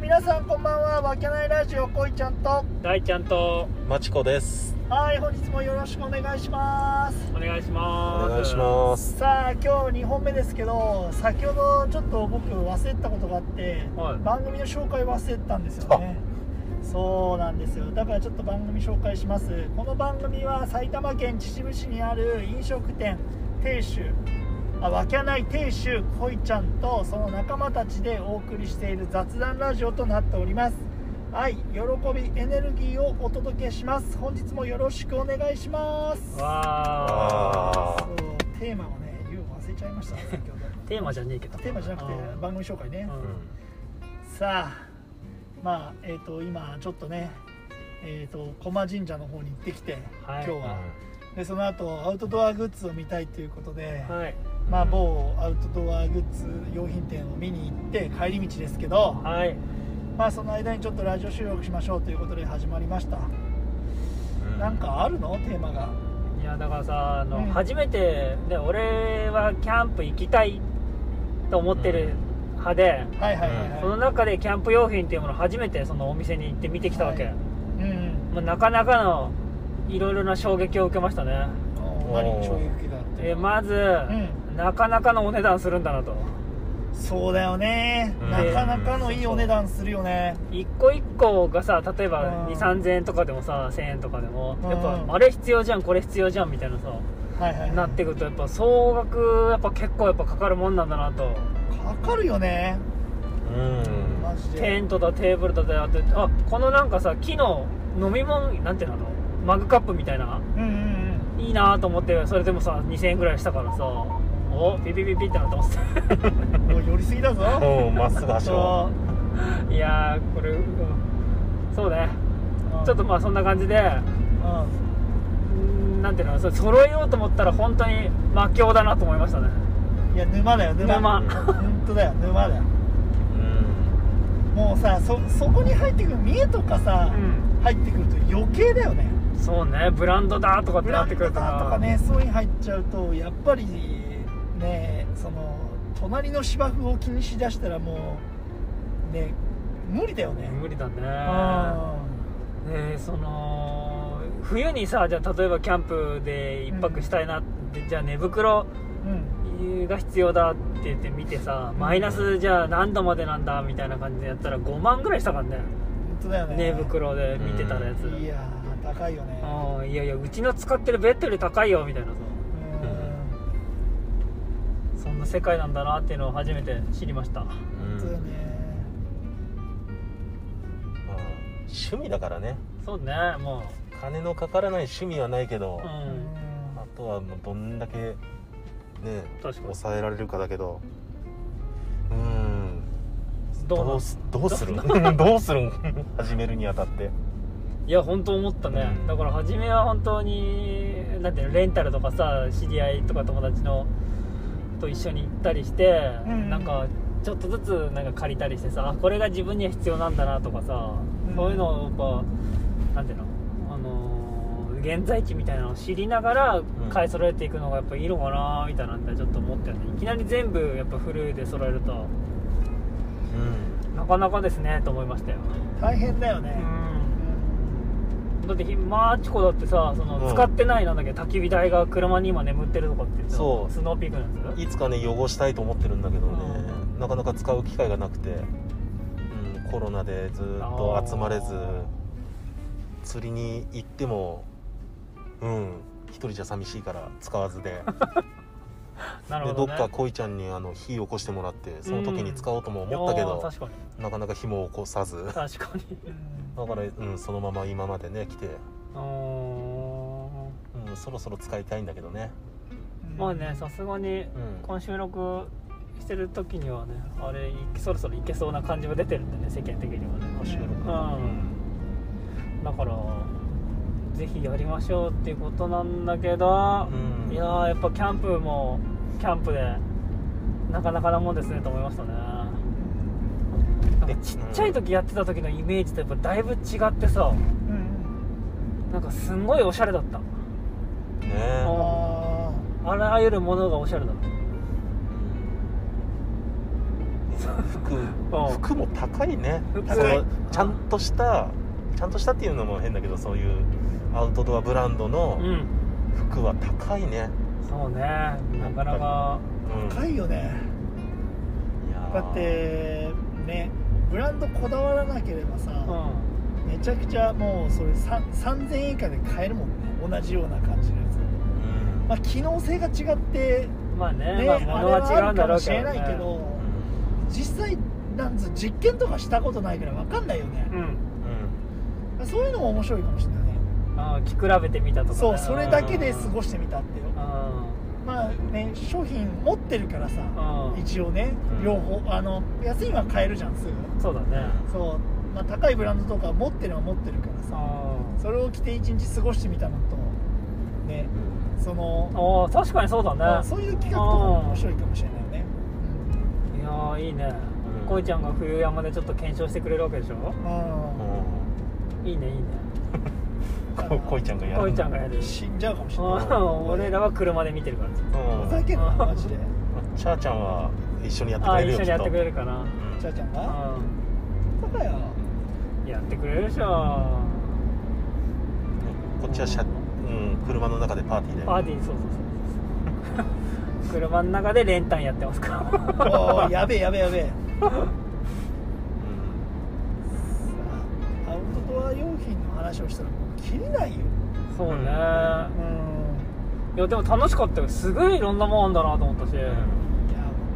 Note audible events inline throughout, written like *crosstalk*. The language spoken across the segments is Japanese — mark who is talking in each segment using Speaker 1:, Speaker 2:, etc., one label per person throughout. Speaker 1: 皆さんこんばんはわけないラジオこいちゃんと
Speaker 2: 大ちゃんと
Speaker 3: まちこです。
Speaker 1: はい本日もよろしくお願いします
Speaker 2: お願いし
Speaker 3: お
Speaker 2: ます
Speaker 3: 願いします。
Speaker 1: さあ今日2本目ですけど先ほどちょっと僕忘れてたことがあって、
Speaker 2: はい
Speaker 1: 番組の紹介忘れてたんですよねそうなんですよだからちょっと番組紹介しますこの番組は埼玉県秩父市にある飲食店亭主あわけない亭主こいちゃんとその仲間たちでお送りしている雑談ラジオとなっております愛喜びエネルギーをお届けします本日もよろしくお願いします
Speaker 2: わ
Speaker 3: あ
Speaker 1: そうテーマをね言うの忘れちゃいました先ほ
Speaker 2: ーテーマじゃねえけど
Speaker 1: どテーマじゃなくて
Speaker 2: うん
Speaker 1: 番組紹介ね、
Speaker 2: う
Speaker 3: うんん
Speaker 1: さあまあえっ、と今ちょっとねえっ、と駒神社の方に行ってきて、
Speaker 2: はい
Speaker 1: 今日は、でその後アウトドアグッズを見たいということで、
Speaker 2: はい
Speaker 1: まあ某アウトドアグッズ用品店を見に行って帰り道ですけど、
Speaker 2: はい
Speaker 1: まあその間にちょっとラジオ収録しましょうということで始まりました、
Speaker 3: う
Speaker 1: なんかあるのテーマが
Speaker 2: いやだからさあの、
Speaker 1: うん
Speaker 2: 初めてで俺はキャンプ行きたいと思ってる派で、
Speaker 1: はいはいはいはい、
Speaker 2: その中でキャンプ用品っていうものを初めてそのお店に行って見てきたわけ、
Speaker 1: はいうん
Speaker 2: まあ、なかなかのいろいろな衝撃を受けましたね、
Speaker 1: お何に衝撃があって
Speaker 2: えーまず、
Speaker 1: ん
Speaker 2: なかなかのお値段するんだなと
Speaker 1: そうだよね、
Speaker 3: うん
Speaker 1: なかなかのいいお値段するよね
Speaker 2: 一個一個がさ例えば
Speaker 1: うん
Speaker 2: 2 3 0 0円とかでもさ1000円とかでも
Speaker 1: うん
Speaker 2: やっぱあれ必要じゃんこれ必要じゃんみたいなさ
Speaker 1: はいはいはい
Speaker 2: なってくるとやっぱ総額やっぱ結構やっぱかかるもんなんだなと
Speaker 1: かかるよね
Speaker 3: うん
Speaker 1: マジで
Speaker 2: テントだテーブルだだってあこのなんかさ木の飲み物なんていうのマグカップみたいな
Speaker 1: うんうん
Speaker 2: いいなと思ってそれでもさ2000円ぐらいしたからさおピピピピってなって思って
Speaker 1: うんもう寄りすぎだ
Speaker 2: *laughs*
Speaker 1: ぞ
Speaker 3: おうまっすぐ走
Speaker 1: そ
Speaker 3: ろ
Speaker 2: た *laughs* いやーこれうんそうね
Speaker 1: う
Speaker 2: ちょっとまあそんな感じで
Speaker 1: う
Speaker 2: うんなんていうのそれ揃えようと思ったら本当に魔境だなと思いましたね
Speaker 1: んいや沼だよ沼
Speaker 2: 沼
Speaker 1: 本当だよ沼だよ
Speaker 3: う。うん。
Speaker 1: もうさそそこに入ってくる三重とかさ、
Speaker 2: う
Speaker 1: 入ってくると余計だよね
Speaker 2: ん *laughs* そうねブランドだとかっ
Speaker 1: ブ
Speaker 2: て
Speaker 1: ラ
Speaker 2: なっ
Speaker 1: ン
Speaker 2: て
Speaker 1: ド
Speaker 2: く
Speaker 1: だ
Speaker 2: る
Speaker 1: と
Speaker 2: とな
Speaker 1: かねそういうの入っちゃうとやっぱりねその隣の芝生を気にしだしたらもうね無理だよね
Speaker 2: 無理だね
Speaker 1: う
Speaker 2: ねえその冬にさじゃあ例えばキャンプで一泊したいなって、じゃあ寝袋
Speaker 1: んうん
Speaker 2: が必要だって言って見てさマイナスじゃあ何度までなんだみたいな感じでやったら5万ぐらいしたからね
Speaker 1: 本当だよね
Speaker 2: 寝袋で見てたやつ
Speaker 1: いやー高いよね
Speaker 2: あいやいやうちの使ってるベッドより高いよみたいなさ
Speaker 1: うん
Speaker 2: そんな世界なんだなっていうのを初めて知りました
Speaker 3: うん
Speaker 1: 本当だよね
Speaker 3: まあ趣味だからね。
Speaker 2: そうねも
Speaker 3: 金のかからない趣味はないけど
Speaker 2: うう、
Speaker 1: うん
Speaker 3: あとはもうどんだけね
Speaker 2: 確かに
Speaker 3: 抑えられるかだけど。うん。
Speaker 2: どう
Speaker 3: ど
Speaker 2: な
Speaker 3: うんすどうす *laughs* る？どうするん？始めるにあたって。
Speaker 2: いや本当思ったね、
Speaker 3: うん
Speaker 2: だから初めは本当になんていうのレンタルとかさ知り合いとか友達のと一緒に行ったりして、
Speaker 1: うん
Speaker 2: なんかちょっとずつなんか借りたりしてさあこれが自分には必要なんだなとかさ、
Speaker 1: うん
Speaker 2: そういうのをやっぱなんていうのあのー現在地みたいなのを知りながら
Speaker 3: ん
Speaker 2: 買い揃えていくのがやっぱいいのかなみたいなんでちょっと思ったよねいきなり全部やっぱフルで揃えると
Speaker 3: うん。
Speaker 2: なかなかですねと思いましたよ、
Speaker 1: 大変だよね
Speaker 2: うんだってひマーチコだってさその、
Speaker 3: うん
Speaker 2: 使ってないなんだっけ焚き火台が車に今眠ってるとかって言ってた
Speaker 3: そう
Speaker 2: スノーピークのやつ
Speaker 3: いつかね汚したいと思ってるんだけどね
Speaker 2: う
Speaker 3: なかなか使う機会がなくて、うん、コロナでずっと集まれず
Speaker 2: あ
Speaker 3: 釣りに行ってもうん一人じゃ寂しいから使わ
Speaker 2: *laughs*
Speaker 3: ずで
Speaker 2: なる
Speaker 3: で
Speaker 2: ほ
Speaker 3: ど
Speaker 2: ど、
Speaker 3: っ
Speaker 2: ね、
Speaker 3: か恋ちゃんにあの火起こしてもらってその時に使おうとも思ったけ
Speaker 2: あー
Speaker 3: ど、
Speaker 2: 確かに
Speaker 3: なかなか火も起こさず *laughs* だか
Speaker 2: 確かに
Speaker 1: うん
Speaker 3: ら、うん、そのまま今までね来て、
Speaker 2: うーん
Speaker 3: うん、そろそろ使いたいんだけどね、
Speaker 1: うん
Speaker 2: まあねさすがに
Speaker 3: うん、
Speaker 2: この収録してる時にはねあれいそろそろいけそうな感じも出てるんでね世間的にはね
Speaker 3: 収
Speaker 2: う
Speaker 3: 録うんん
Speaker 2: だからぜひやりましょうっていうことなんだけど、
Speaker 3: うん
Speaker 2: いやーやっぱキャンプもキャンプでなかなかなもんですねと思いましたねなんか
Speaker 3: で
Speaker 2: ちっちゃい時やってた時のイメージとやっぱだいぶ違ってさ
Speaker 1: うん
Speaker 2: なんかすんごいおしゃれだった
Speaker 3: ね
Speaker 1: あ
Speaker 2: あらゆるものがおしゃれだった
Speaker 3: うんね服
Speaker 2: うん
Speaker 3: 服も高いね
Speaker 2: 服
Speaker 3: そ
Speaker 1: 高い
Speaker 3: のちゃんとしたちゃんとしたっていうのも変だけどそういうアウトドアブランドの
Speaker 2: うん
Speaker 3: 服は高いね、
Speaker 2: そうねなかなか
Speaker 3: うん
Speaker 1: 高いよね
Speaker 3: いやー
Speaker 1: だってねブランドこだわらなければ
Speaker 2: う
Speaker 1: さ、
Speaker 2: ん
Speaker 1: めちゃくちゃもうそれさ3000円以下で買えるもんね同じような感じのやつ
Speaker 3: うん
Speaker 1: まあ機能性が違って
Speaker 2: まあね
Speaker 1: ね、
Speaker 2: ま
Speaker 1: あ
Speaker 2: あ
Speaker 1: れ
Speaker 2: 物
Speaker 1: は
Speaker 2: は
Speaker 1: あ
Speaker 2: 違う
Speaker 1: る
Speaker 2: ん
Speaker 1: か
Speaker 2: だろ
Speaker 1: も
Speaker 2: う
Speaker 1: し
Speaker 2: けど、
Speaker 1: れ
Speaker 2: ね、
Speaker 1: ないけど、実際なんつう実験とかしたことないから分かんないよね
Speaker 2: う、ん
Speaker 3: うん
Speaker 1: そういうのも面白いかもしれないね
Speaker 2: ああ着比べてみたとかね、
Speaker 1: そうそれだけで過ごしてみたってよ
Speaker 2: うん
Speaker 1: まあね商品持ってるからさ
Speaker 2: うん
Speaker 1: 一応ね
Speaker 3: うん
Speaker 1: 両方あの安いのは買えるじゃんすぐ
Speaker 2: そうだね
Speaker 1: そう、まあ、高いブランドとか持ってるのは持ってるからさ
Speaker 2: あ
Speaker 1: それを着て一日過ごしてみたのとねその
Speaker 2: あああ確かにそうだね
Speaker 1: まあそういう企画とかも面白いかもしれないよね
Speaker 2: いやーいいね
Speaker 3: うん
Speaker 2: こいちゃんが冬山でちょっと検証してくれるわけでしょ
Speaker 1: うん
Speaker 2: いいねいいね
Speaker 3: ここいちゃんがやる
Speaker 2: こいちゃんがやる
Speaker 1: 死んじゃうかもし
Speaker 2: あ
Speaker 1: れない
Speaker 2: あ俺らは車で見てるから
Speaker 3: うん
Speaker 1: ふざけんなマジで
Speaker 3: チャーちゃんは一緒にやって
Speaker 2: あ
Speaker 3: く
Speaker 2: あ
Speaker 3: れるよ
Speaker 2: 一緒にやってくれ
Speaker 3: る
Speaker 2: るかな
Speaker 1: ちゃーちゃんが
Speaker 2: う
Speaker 1: バカや
Speaker 2: んやってくれるでしょ
Speaker 3: こっちは車、うん、車の中でパーティーで
Speaker 2: パーティーそうそうそうそう車の中で練炭やってます
Speaker 3: *laughs*
Speaker 2: から
Speaker 1: おーやべえやべえやべえ
Speaker 3: うん
Speaker 1: さあアウトドア用品の話をしたらもう切れないよ
Speaker 2: そうね、
Speaker 3: うん
Speaker 2: いやでも楽しかったよすごいいろんなもんあんだなと思ったし、
Speaker 1: いや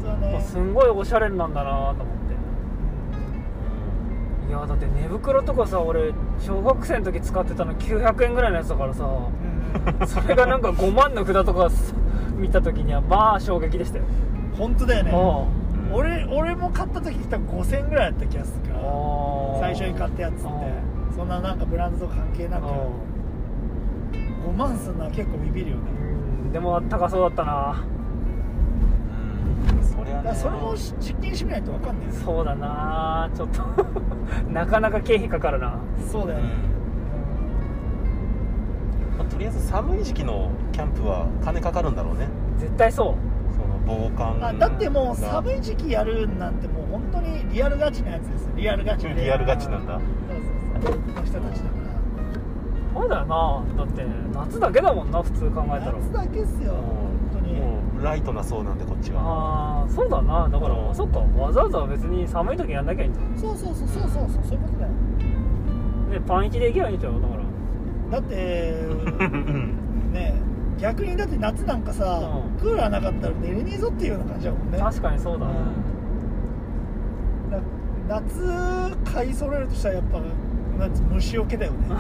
Speaker 1: 本当だ
Speaker 2: あ
Speaker 1: ね
Speaker 2: すんごいおしゃれなんだなと思っ
Speaker 3: うん
Speaker 2: ていやだって寝袋とかさ俺小学生の時使ってたの900円ぐらいのやつだからさ
Speaker 1: うん
Speaker 2: それがなんか5万の札とかさ見た時にはまあ衝撃でしたよ、
Speaker 1: 本当だよね
Speaker 2: あ
Speaker 3: うん
Speaker 1: 俺俺も買った時多分5000ぐらいだった気がするか
Speaker 2: あ
Speaker 1: ら
Speaker 2: ああ
Speaker 1: 最初に買ったやつってそんななんかブランドとか関係なく
Speaker 2: う
Speaker 1: 5万すんのは結構ビビるよね
Speaker 2: んでも高そうだったな
Speaker 3: うんそりゃ
Speaker 1: だか
Speaker 3: ね
Speaker 1: らそれもし実験してみないと分かんないです
Speaker 2: そうだなちょっと *laughs* なかなか経費かかるな
Speaker 1: そうだよね
Speaker 3: まあとりあえず寒い時期のキャンプは金かかるんだろうね
Speaker 2: 絶対そう
Speaker 3: その防寒
Speaker 1: あだってもう
Speaker 3: が
Speaker 1: 寒い時期やるなんてもう本当にリアルガチなやつですリアルガチで
Speaker 3: リアルガチなんだ
Speaker 1: そうそうそうの人たちだから
Speaker 2: そうだよなだって夏だけだもんな普通考えたら
Speaker 1: 夏だけっすよ本当に
Speaker 3: もうライトなそうなんでこっちは
Speaker 2: ああそうだなだから、
Speaker 3: うん
Speaker 2: そっかわざわざ別に寒い時やんなきゃいいんだ
Speaker 1: そうそうそうそうそうそうそういうことだよ
Speaker 2: でパン1で行けばいいんちゃうだから
Speaker 1: だって
Speaker 3: うんうん
Speaker 1: ね逆にだって夏なんかさ、
Speaker 2: うん
Speaker 1: クーラーなかったら寝れねえぞっていうような感じだもんね
Speaker 2: 確かにそうだね、
Speaker 1: だ夏買い揃えるとしたらやっぱなんつ虫除けだよね
Speaker 3: *laughs*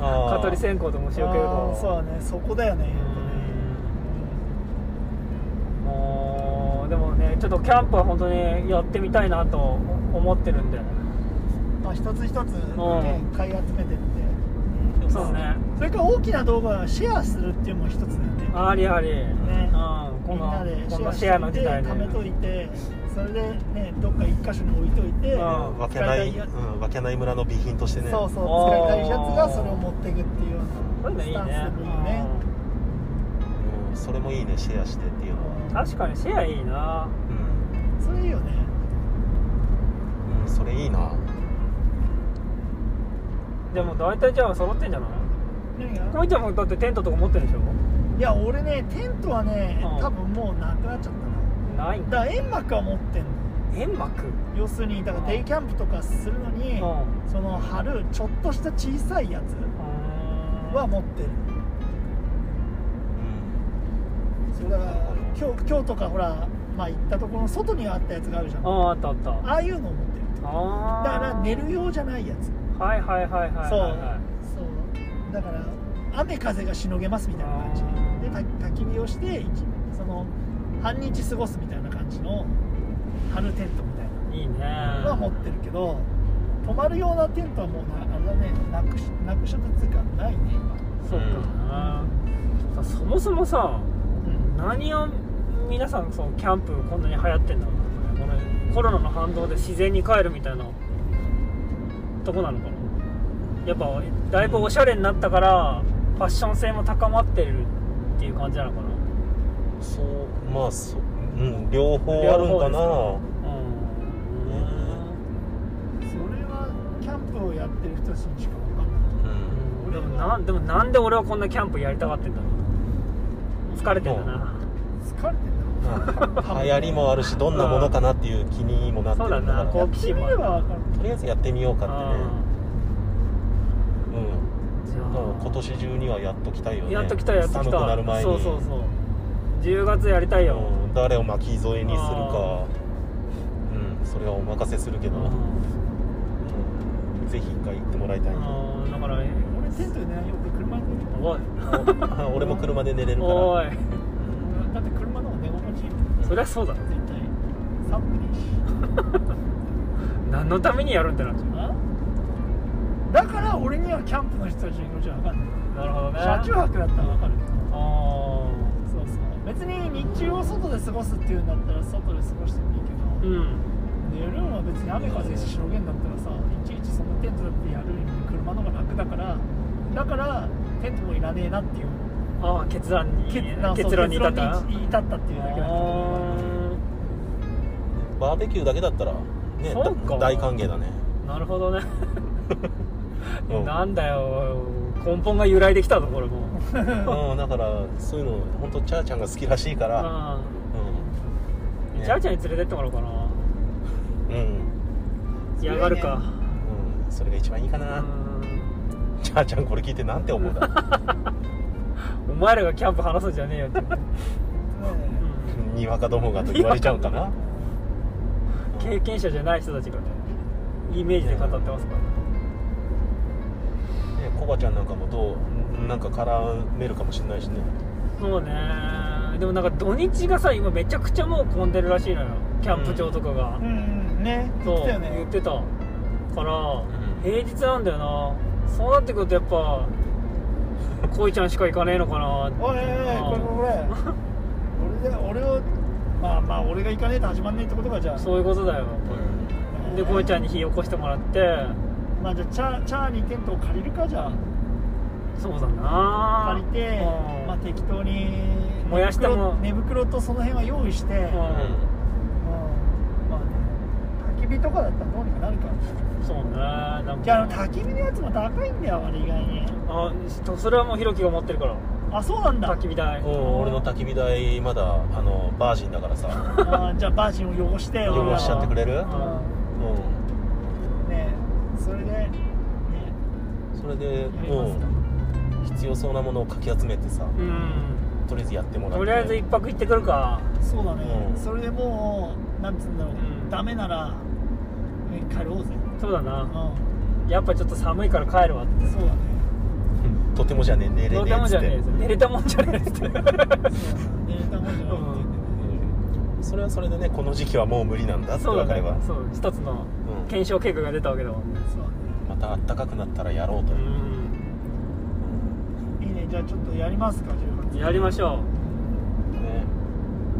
Speaker 3: あー
Speaker 2: 蚊取り線香と虫除ける
Speaker 1: あ
Speaker 2: か
Speaker 1: ーそうだねそこだよね
Speaker 2: うーんもうでもねちょっとキャンプは本当にやってみたいなと思ってるんで
Speaker 1: まあ、一つ一つ、
Speaker 2: う
Speaker 1: ね
Speaker 2: ん、
Speaker 1: 買い集めてって
Speaker 2: そうね
Speaker 1: それから大きな動画はシェアするっていうのも一つだよね
Speaker 2: ありあり、
Speaker 1: ね
Speaker 2: うん、こ
Speaker 1: みんなで
Speaker 2: のこの
Speaker 1: シ
Speaker 2: シ
Speaker 1: ェ
Speaker 2: ェ
Speaker 1: ア
Speaker 2: ア
Speaker 1: し
Speaker 2: の
Speaker 1: て
Speaker 2: 時代で
Speaker 1: 貯めといてそれでねどっか一箇所に置いといて、
Speaker 2: うん
Speaker 3: わけな
Speaker 1: 使い
Speaker 3: い、
Speaker 1: たいや
Speaker 3: うん、わけない村の備品としてね
Speaker 1: そうそう
Speaker 2: あー
Speaker 1: 使いたいシャツがそれを持っていくっていうよう
Speaker 2: そういう
Speaker 1: な
Speaker 2: のいい
Speaker 1: スタンス
Speaker 2: ね
Speaker 1: でもいいよね
Speaker 3: うんそれもいいねシェアしてっていうのは、
Speaker 2: うん確かにシェアいいな
Speaker 3: うん
Speaker 1: それいいよね
Speaker 3: うん、それいいな
Speaker 2: でも大体じゃあ揃ってんじゃない
Speaker 1: 何が
Speaker 2: こいちゃんもだってテントとか持ってるでしょ
Speaker 1: いや俺ねテントはね
Speaker 2: うん
Speaker 1: 多分もうなくなっちゃった
Speaker 2: ないんだ
Speaker 1: なだから煙幕は持ってんの
Speaker 2: 煙幕
Speaker 1: 要するにだからデイキャンプとかするの
Speaker 2: う
Speaker 1: に
Speaker 2: んう
Speaker 1: その貼るちょっとした小さいやつ
Speaker 2: ーん
Speaker 1: は持ってる
Speaker 3: うん
Speaker 1: それだから今日今日とかほらまあ行ったところの外にあったやつがあるじゃん
Speaker 2: あ
Speaker 1: あ
Speaker 2: ああったあったあ
Speaker 1: あいうのを持ってる
Speaker 2: あ
Speaker 1: だ
Speaker 2: ー
Speaker 1: から寝る用じゃないやつ
Speaker 2: はいはいはいはいはい
Speaker 1: そう
Speaker 2: はい
Speaker 1: そうだから雨風がしのげますみたいな感じでた焚き火をして一その半日過ごすみたいな感じの春テントみたい
Speaker 2: いいね
Speaker 1: なのは持ってるけど泊まるようなテントはもうなあれだねなくしなくしちゃったっていうかないね今、
Speaker 2: そうか、さそもそもさ
Speaker 1: うん
Speaker 2: 何を皆さんそのキャンプこんなに流行ってんだろうねこれコロナの反動で自然に帰るみたいなとこなのかなやっぱだいぶおしゃれになったからファッション性も高まってるっていう感じなのかな
Speaker 3: そうまあそう、うん、両方あるんかな
Speaker 2: うん
Speaker 1: プをやってる人たちにしか分かんない
Speaker 3: うん
Speaker 2: でもなんでもなんで俺はこんなキャンプやりたがってんだろう疲れてんだな
Speaker 1: 疲れてんだろう
Speaker 3: まあ流行りもあるしどんなものかなっていう気にもなって
Speaker 2: そ
Speaker 3: る
Speaker 2: うだな
Speaker 3: から
Speaker 2: 好
Speaker 1: やっ
Speaker 2: 奇
Speaker 1: て
Speaker 2: 心
Speaker 1: み
Speaker 2: もあ
Speaker 1: れ
Speaker 2: る
Speaker 1: ば分かる
Speaker 3: とりあえずやってみようかっ
Speaker 2: う
Speaker 3: てねうん
Speaker 2: んじゃあ
Speaker 3: もう今年中にはやっときたいよね
Speaker 2: やっときたやっとき
Speaker 3: 寒くなる前
Speaker 2: た
Speaker 3: に
Speaker 2: そうそうそう10月やりたいよ、
Speaker 3: うん誰を巻き添えにする
Speaker 2: あ
Speaker 3: かうんそれはお任せするけど、うんぜひ一回行ってもらいたい
Speaker 2: あーだから
Speaker 1: 俺テントで寝ないよ俺車に寝る
Speaker 2: おい
Speaker 3: *laughs* 俺も車で寝れるから
Speaker 2: おい
Speaker 1: だって車の方が寝心地いいもん
Speaker 2: そりゃそうだろ
Speaker 1: 絶対寒くねえし
Speaker 2: 何のためにやるんだなっちゃ
Speaker 1: あだから俺にはキャンプの人たちの気持ちは分かん
Speaker 2: うなるほどね
Speaker 1: ない車中泊だったら分かるけど
Speaker 2: あ
Speaker 1: そうそう別に日中を外で過ごすっていうんだったら外で過ごしてもいいけど、
Speaker 2: あうん
Speaker 1: 寝るのは別に雨風しのげんだったらさいちいちそのテントだってやるより車の方が楽だからだからテントもいらねえなっていう
Speaker 2: ああ決断に
Speaker 1: けなそう
Speaker 2: 結論に至った
Speaker 1: 結論に至ったっていうだけだから
Speaker 3: バーベキューだけだったら、ね、
Speaker 2: そうか
Speaker 3: だ大歓迎
Speaker 2: *laughs*
Speaker 3: だね
Speaker 2: なるほどね、
Speaker 3: うん
Speaker 2: なんだよ根本が揺らいできたぞこれもう
Speaker 3: うんだからそういうの本当チャーちゃんが好きらしいから
Speaker 2: あ
Speaker 3: うん、
Speaker 2: ーチャーちゃんに連れてってもらおうかな
Speaker 3: うん、
Speaker 2: 嫌がるか
Speaker 3: うん、それが一番いいか
Speaker 2: う
Speaker 3: な、
Speaker 2: ん
Speaker 3: チャーちゃんこれ聞いてなんて思うだろう
Speaker 2: お前らがキャンプ話すんじゃねえよって、うん
Speaker 3: にわかどもがと言われちゃう
Speaker 2: *laughs*
Speaker 3: かな
Speaker 2: 経験者じゃない人たちがねイメージで語ってますから
Speaker 3: ねコバちゃんなんかもどうなんか絡めるかもしれないしね
Speaker 2: そうねでもなんか土日がさ今めちゃくちゃもう混んでるらしいのよキャンプ場とかが、
Speaker 1: うんうんね言
Speaker 2: そ
Speaker 1: っ
Speaker 2: う
Speaker 1: てたよ
Speaker 2: 言っ
Speaker 1: ね
Speaker 2: てたから、
Speaker 3: ん
Speaker 2: 平日なんだよなそうなってくるとやっぱ恋ちゃんしか行かねえのかな
Speaker 1: おいおいおいこれこれこれ俺だ俺をまあまあ俺が行かねえと始まんねえってことかじゃあ
Speaker 2: そういうことだよで恋ちゃん
Speaker 1: に
Speaker 2: に火起こしてもらって
Speaker 1: まあじゃあチャーチャーにテントを借りるかじゃあ
Speaker 2: そうだな
Speaker 1: 借りて、
Speaker 2: うん
Speaker 1: まあ、適当に
Speaker 2: 燃やしても
Speaker 1: 寝袋寝袋とその辺は用意して、うん
Speaker 2: うん
Speaker 1: まあね焚き火とかだったらどうにかなるか
Speaker 2: そうねなん
Speaker 1: いやあの
Speaker 2: か
Speaker 1: 焚き火のやつも高いんだよあれ意外に
Speaker 2: あそれはもうひろきが持ってるから
Speaker 1: あそうなんだ
Speaker 2: 焚き火台
Speaker 3: うん、俺の焚き火台まだあのバージンだからさ
Speaker 1: あーじゃあバージンを汚して
Speaker 3: 汚しちゃってくれる
Speaker 1: 俺らは
Speaker 3: う
Speaker 1: うんねそれでね
Speaker 3: んそれで
Speaker 1: やりますか
Speaker 3: うん必要そうなものをかき集めてさ
Speaker 2: うん
Speaker 3: とりあえずやってもらって
Speaker 2: とりあえず一泊行ってくるか
Speaker 1: そうだね、
Speaker 3: うん
Speaker 1: それでもうなんつうんだろう、
Speaker 2: ん
Speaker 1: ダメならね帰ろうぜ
Speaker 2: そうだ
Speaker 1: う
Speaker 2: なんやっぱちょっと寒いから帰るわって
Speaker 1: そうだね
Speaker 3: うんとてもじゃねえ寝れねえ
Speaker 2: ど
Speaker 3: っ
Speaker 2: うでも
Speaker 3: つ
Speaker 2: じ
Speaker 3: っ
Speaker 2: ゃ
Speaker 3: て
Speaker 2: ねえぞ寝れたもんじゃねえっつ
Speaker 1: *laughs* そ
Speaker 2: って
Speaker 1: うだね寝れたもんじゃないって言ってね
Speaker 3: うんそれはそれでねこの時期はもう無理なんだって
Speaker 2: そう
Speaker 3: 分か
Speaker 2: だ
Speaker 3: れば
Speaker 2: ねそう一つの
Speaker 3: うん
Speaker 2: 検証結果が出たわけだもんね
Speaker 1: そうだね
Speaker 3: また暖かくなったらやろうと
Speaker 2: う
Speaker 3: いう、
Speaker 2: ん
Speaker 1: いいね、じゃあちょっとやりますか、18
Speaker 2: やりましょ
Speaker 3: ね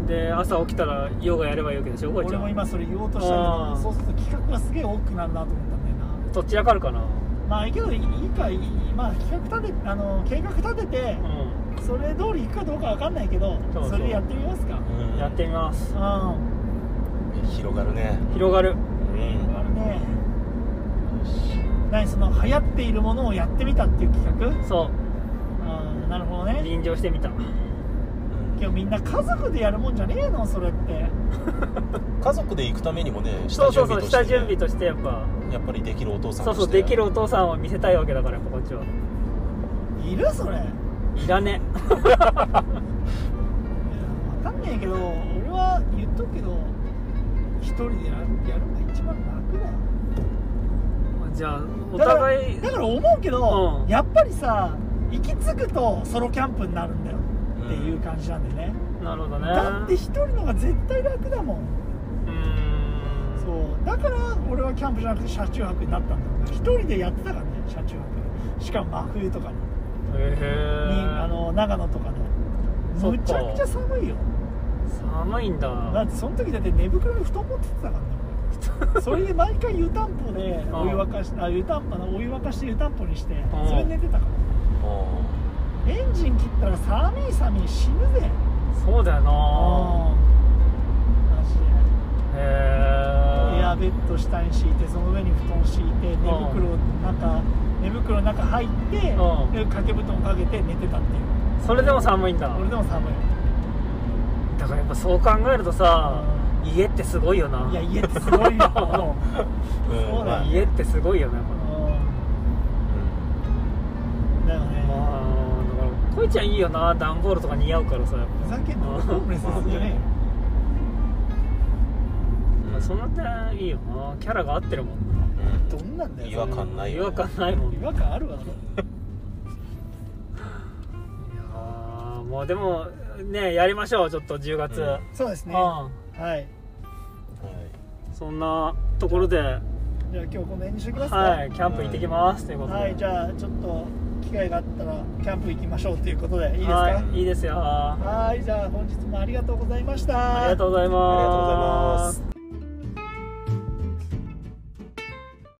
Speaker 2: うで朝起きたらヨガやればいいわけでしょこいち
Speaker 1: 俺
Speaker 2: ゃ
Speaker 1: も
Speaker 2: ん
Speaker 1: 今それ言おうとしたんだ
Speaker 2: あー
Speaker 1: けど、そうすると企画がすげえ多くなるなと思ったんだよな。
Speaker 2: どっちらかるかな
Speaker 1: まあいいけど、いいか、いいまあ企画立て、あの、計画立てて、
Speaker 2: う
Speaker 1: それ通り行くかどうかわかんないけど、
Speaker 2: そうそう
Speaker 1: それでやってみますか。
Speaker 3: うん
Speaker 2: んやってみます
Speaker 1: うん。
Speaker 3: 広がるね
Speaker 2: 広がる
Speaker 3: うん
Speaker 1: あれね。何その流行っているものをやってみたっていう企画う
Speaker 2: そ
Speaker 1: ん、なるほど
Speaker 2: う
Speaker 1: ね。
Speaker 2: 臨場してみた
Speaker 1: けどみんな家族でやるもんじゃねえの、それって。
Speaker 3: 家族で行くためにもね
Speaker 2: そ
Speaker 3: 下
Speaker 2: うそ
Speaker 3: 準
Speaker 2: うそう
Speaker 3: 備として、ね、
Speaker 2: 下準備としてやっぱ
Speaker 3: やっぱりできるお父さん
Speaker 2: そ
Speaker 3: と
Speaker 2: うそ
Speaker 3: して
Speaker 2: うできるお父さんを見せたいわけだからやっぱこっちはい
Speaker 1: るそれ。いや
Speaker 2: いらね
Speaker 1: わかんねえけど、俺は言っとくけど、一人でやるやるのが一番楽だよ。
Speaker 2: じゃあお
Speaker 1: だから
Speaker 2: 互い
Speaker 1: だから思うけど、
Speaker 2: うん
Speaker 1: やっぱりさ行き着くとソロキャンプになるんだよっていう感じなんでね、
Speaker 2: なるほどね
Speaker 1: だって一人のが絶対楽だもん
Speaker 2: うーん
Speaker 1: そうだから俺はキャンプじゃなくて車中泊になったんだよ一人でやってたからね車中泊しかも真冬とかに,、
Speaker 2: へ
Speaker 1: に
Speaker 2: え
Speaker 1: あの長野とかで
Speaker 2: そっか
Speaker 1: むちゃくちゃ寒いよ
Speaker 2: 寒いんだ
Speaker 1: だ
Speaker 2: *laughs*
Speaker 1: ってその時だって寝袋に布団持ってってたからね俺それで毎回湯たんぽでお湯沸かしあ湯たんぽのお湯沸かして湯たんぽにしてそれで寝てたから
Speaker 3: う
Speaker 1: エンジン切ったら寒い寒い死ぬぜ
Speaker 2: そうだよな
Speaker 1: マジ
Speaker 2: へえ
Speaker 1: でいやベッド下に敷いてその上に布団敷いて寝袋の中寝袋の中入ってで
Speaker 2: うん
Speaker 1: 掛け布団かけて寝てたっていう
Speaker 2: それでも寒いんだ
Speaker 1: 俺でも寒い
Speaker 2: だからやっぱそう考えるとさ家ってすごいよない
Speaker 1: や家ってすごい
Speaker 2: *laughs*
Speaker 1: よそうだ
Speaker 2: 家ってすごいよねこの
Speaker 1: うんだよね
Speaker 2: まあだからこいちゃんいいよな段ボールとか似合うからさやっぱ
Speaker 1: ふざけんな
Speaker 2: う
Speaker 1: ホー
Speaker 2: ん
Speaker 1: ムレスですよね
Speaker 2: まあそんな点いいよなキャラが合ってるもん
Speaker 3: うん
Speaker 1: どんなんだよ
Speaker 3: 違和感ない
Speaker 2: 違
Speaker 3: よ
Speaker 2: 和感ないもん
Speaker 1: 違和感あるわ
Speaker 2: *laughs*
Speaker 1: だ
Speaker 2: いやーもうでもねやりましょうちょっと10月、
Speaker 3: う
Speaker 2: うんん
Speaker 1: そうですねはい
Speaker 3: はい
Speaker 2: そんなところで、は
Speaker 1: じゃあ今日この辺にしときますか
Speaker 2: い、キャンプ行ってきます、ということで、
Speaker 1: はいじゃあちょっと機会があったらキャンプ行きましょうということでいいですか
Speaker 2: はいいいですよあ
Speaker 1: はいじゃあ本日もありがとうございました
Speaker 2: りがとうございます
Speaker 3: ありがとうございます